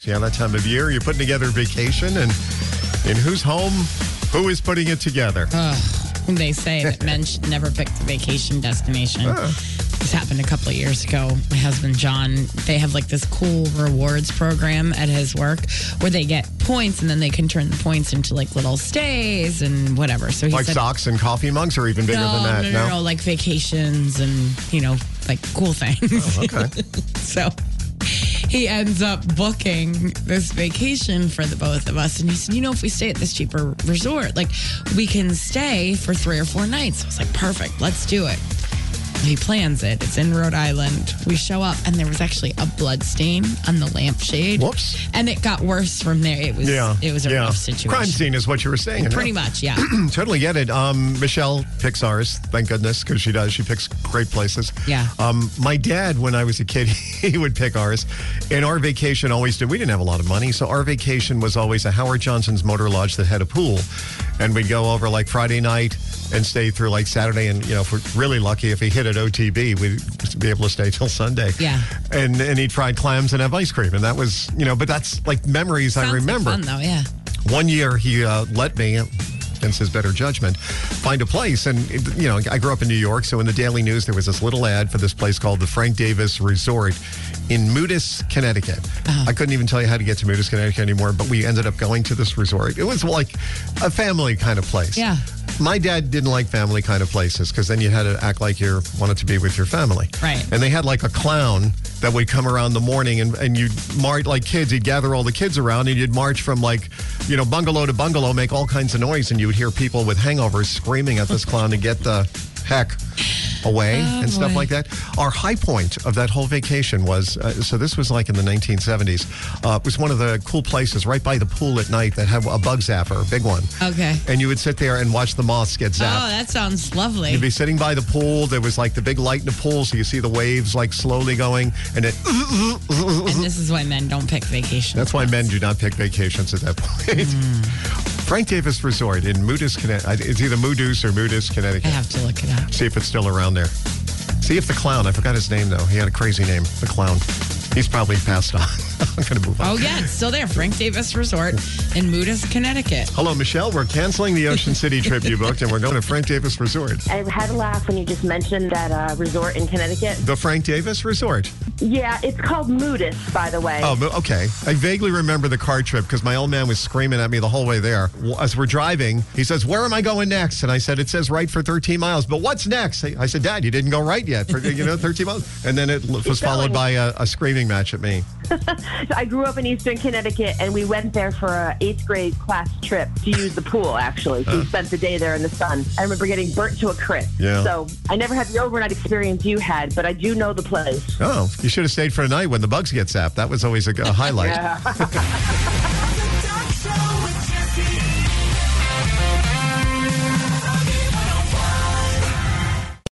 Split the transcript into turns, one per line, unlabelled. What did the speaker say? Yeah, that time of year, you're putting together a vacation, and in whose home, who is putting it together?
Oh, They say that men should never pick the vacation destination. This happened a couple of years ago. My husband John, they have like this cool rewards program at his work where they get points and then they can turn the points into like little stays and whatever. So he
like
said,
socks and coffee mugs, or even bigger
no,
than that?
no, no, no, like vacations and you know, like cool things.
Okay.
So he ends up booking this vacation for the both of us. And he said, you know, if we stay at this cheaper resort, like we can stay for three or four nights. I was like, perfect, let's do it. He plans it. It's in Rhode Island. We show up, and there was actually a blood stain on the lampshade.
Whoops.
And it got worse from there. It was
Yeah.
it was a
yeah.
rough situation.
Crime scene is what you were saying.
Pretty
yeah.
much, yeah.
Hmm, Totally get it. Um, Michelle picks ours, thank goodness, because she does. She picks great places.
Yeah.
Um, my dad, when I was a kid, he would pick ours, and our vacation always did. We didn't have a lot of money, so our vacation was always a Howard Johnson's Motor Lodge that had a pool, and we'd go over like Friday night and stay through like Saturday, and you know, if we're really lucky, if he hit at OTB, we'd be able to stay till Sunday.
Yeah.
And and he'd fried clams and have ice cream, and that was you know, but that's like memories I
Sounds like
remember.
fun though, yeah.
One year he uh, let me, against his better judgment, find a place. And, it- you know, I grew up in New York, so in the Daily News, there was this little ad for this place called the Frank Davis Resort in Moodis, Connecticut. I couldn't even tell you how to get to Moodis, Connecticut anymore, but we ended up going to this resort. It was like a family kind of place.
Yeah.
My dad didn't like family kind of places because then you had to act like you wanted to be with your family.
Right.
And they had like a clown that would come around the morning and, and you'd march like kids, you'd gather all the kids around and you'd march from like, you know, bungalow to bungalow, make all kinds of noise, and you would hear people with hangovers screaming at this clown to get the heck away and stuff
Oh, boy.
like that. Our high point of that whole vacation was uh, so this was like in the 1970s. Uh, it was one of the cool places right by the pool at night that had a bug zapper, a big one.
Okay.
And you would sit there and watch the moths get zapped.
Oh, that sounds lovely.
You'd be sitting by the pool. There was like the big light in the pool, so you see the waves like slowly going. And it,
and this is why men don't pick vacations.
that's why men do not pick vacations at that point. Frank Davis Resort in Moodus, Connecticut. It's either Moodus or Moodus,
I
Connecticut.
have to look it up.
See if it's still around there. See if the clown. I forgot his name though. He had a crazy name. The clown. He's probably passed on. I'm gonna move on.
Oh yeah, it's still there. Frank Davis Resort in Moodus, Connecticut.
Hello, Michelle. We're canceling the Ocean City trip you booked, and we're going to Frank Davis Resort.
I had a laugh when you just mentioned that uh, resort in Connecticut.
The Frank Davis Resort.
Yeah, it's called Moodus, by the way.
Oh, mo- okay. I vaguely remember the car trip because my old man was screaming at me the whole way there. W- As we're driving, he says, "Where am I going next?" And I said, "It says right for 13 miles." But what's next? I I said, "Dad, you didn't go right yet for you know 13 miles." And then it l- was followed by a, a screaming match at me.
I grew up in Eastern Connecticut, and we went there for a eighth grade class trip to use the pool. Actually, so we spent the day there in the sun. I remember getting burnt to a crisp.
Uh. Yeah.
So I never had the overnight experience you had, but I do know the place.
Oh, you should have stayed for the night when the bugs get zapped. That was always a, a highlight.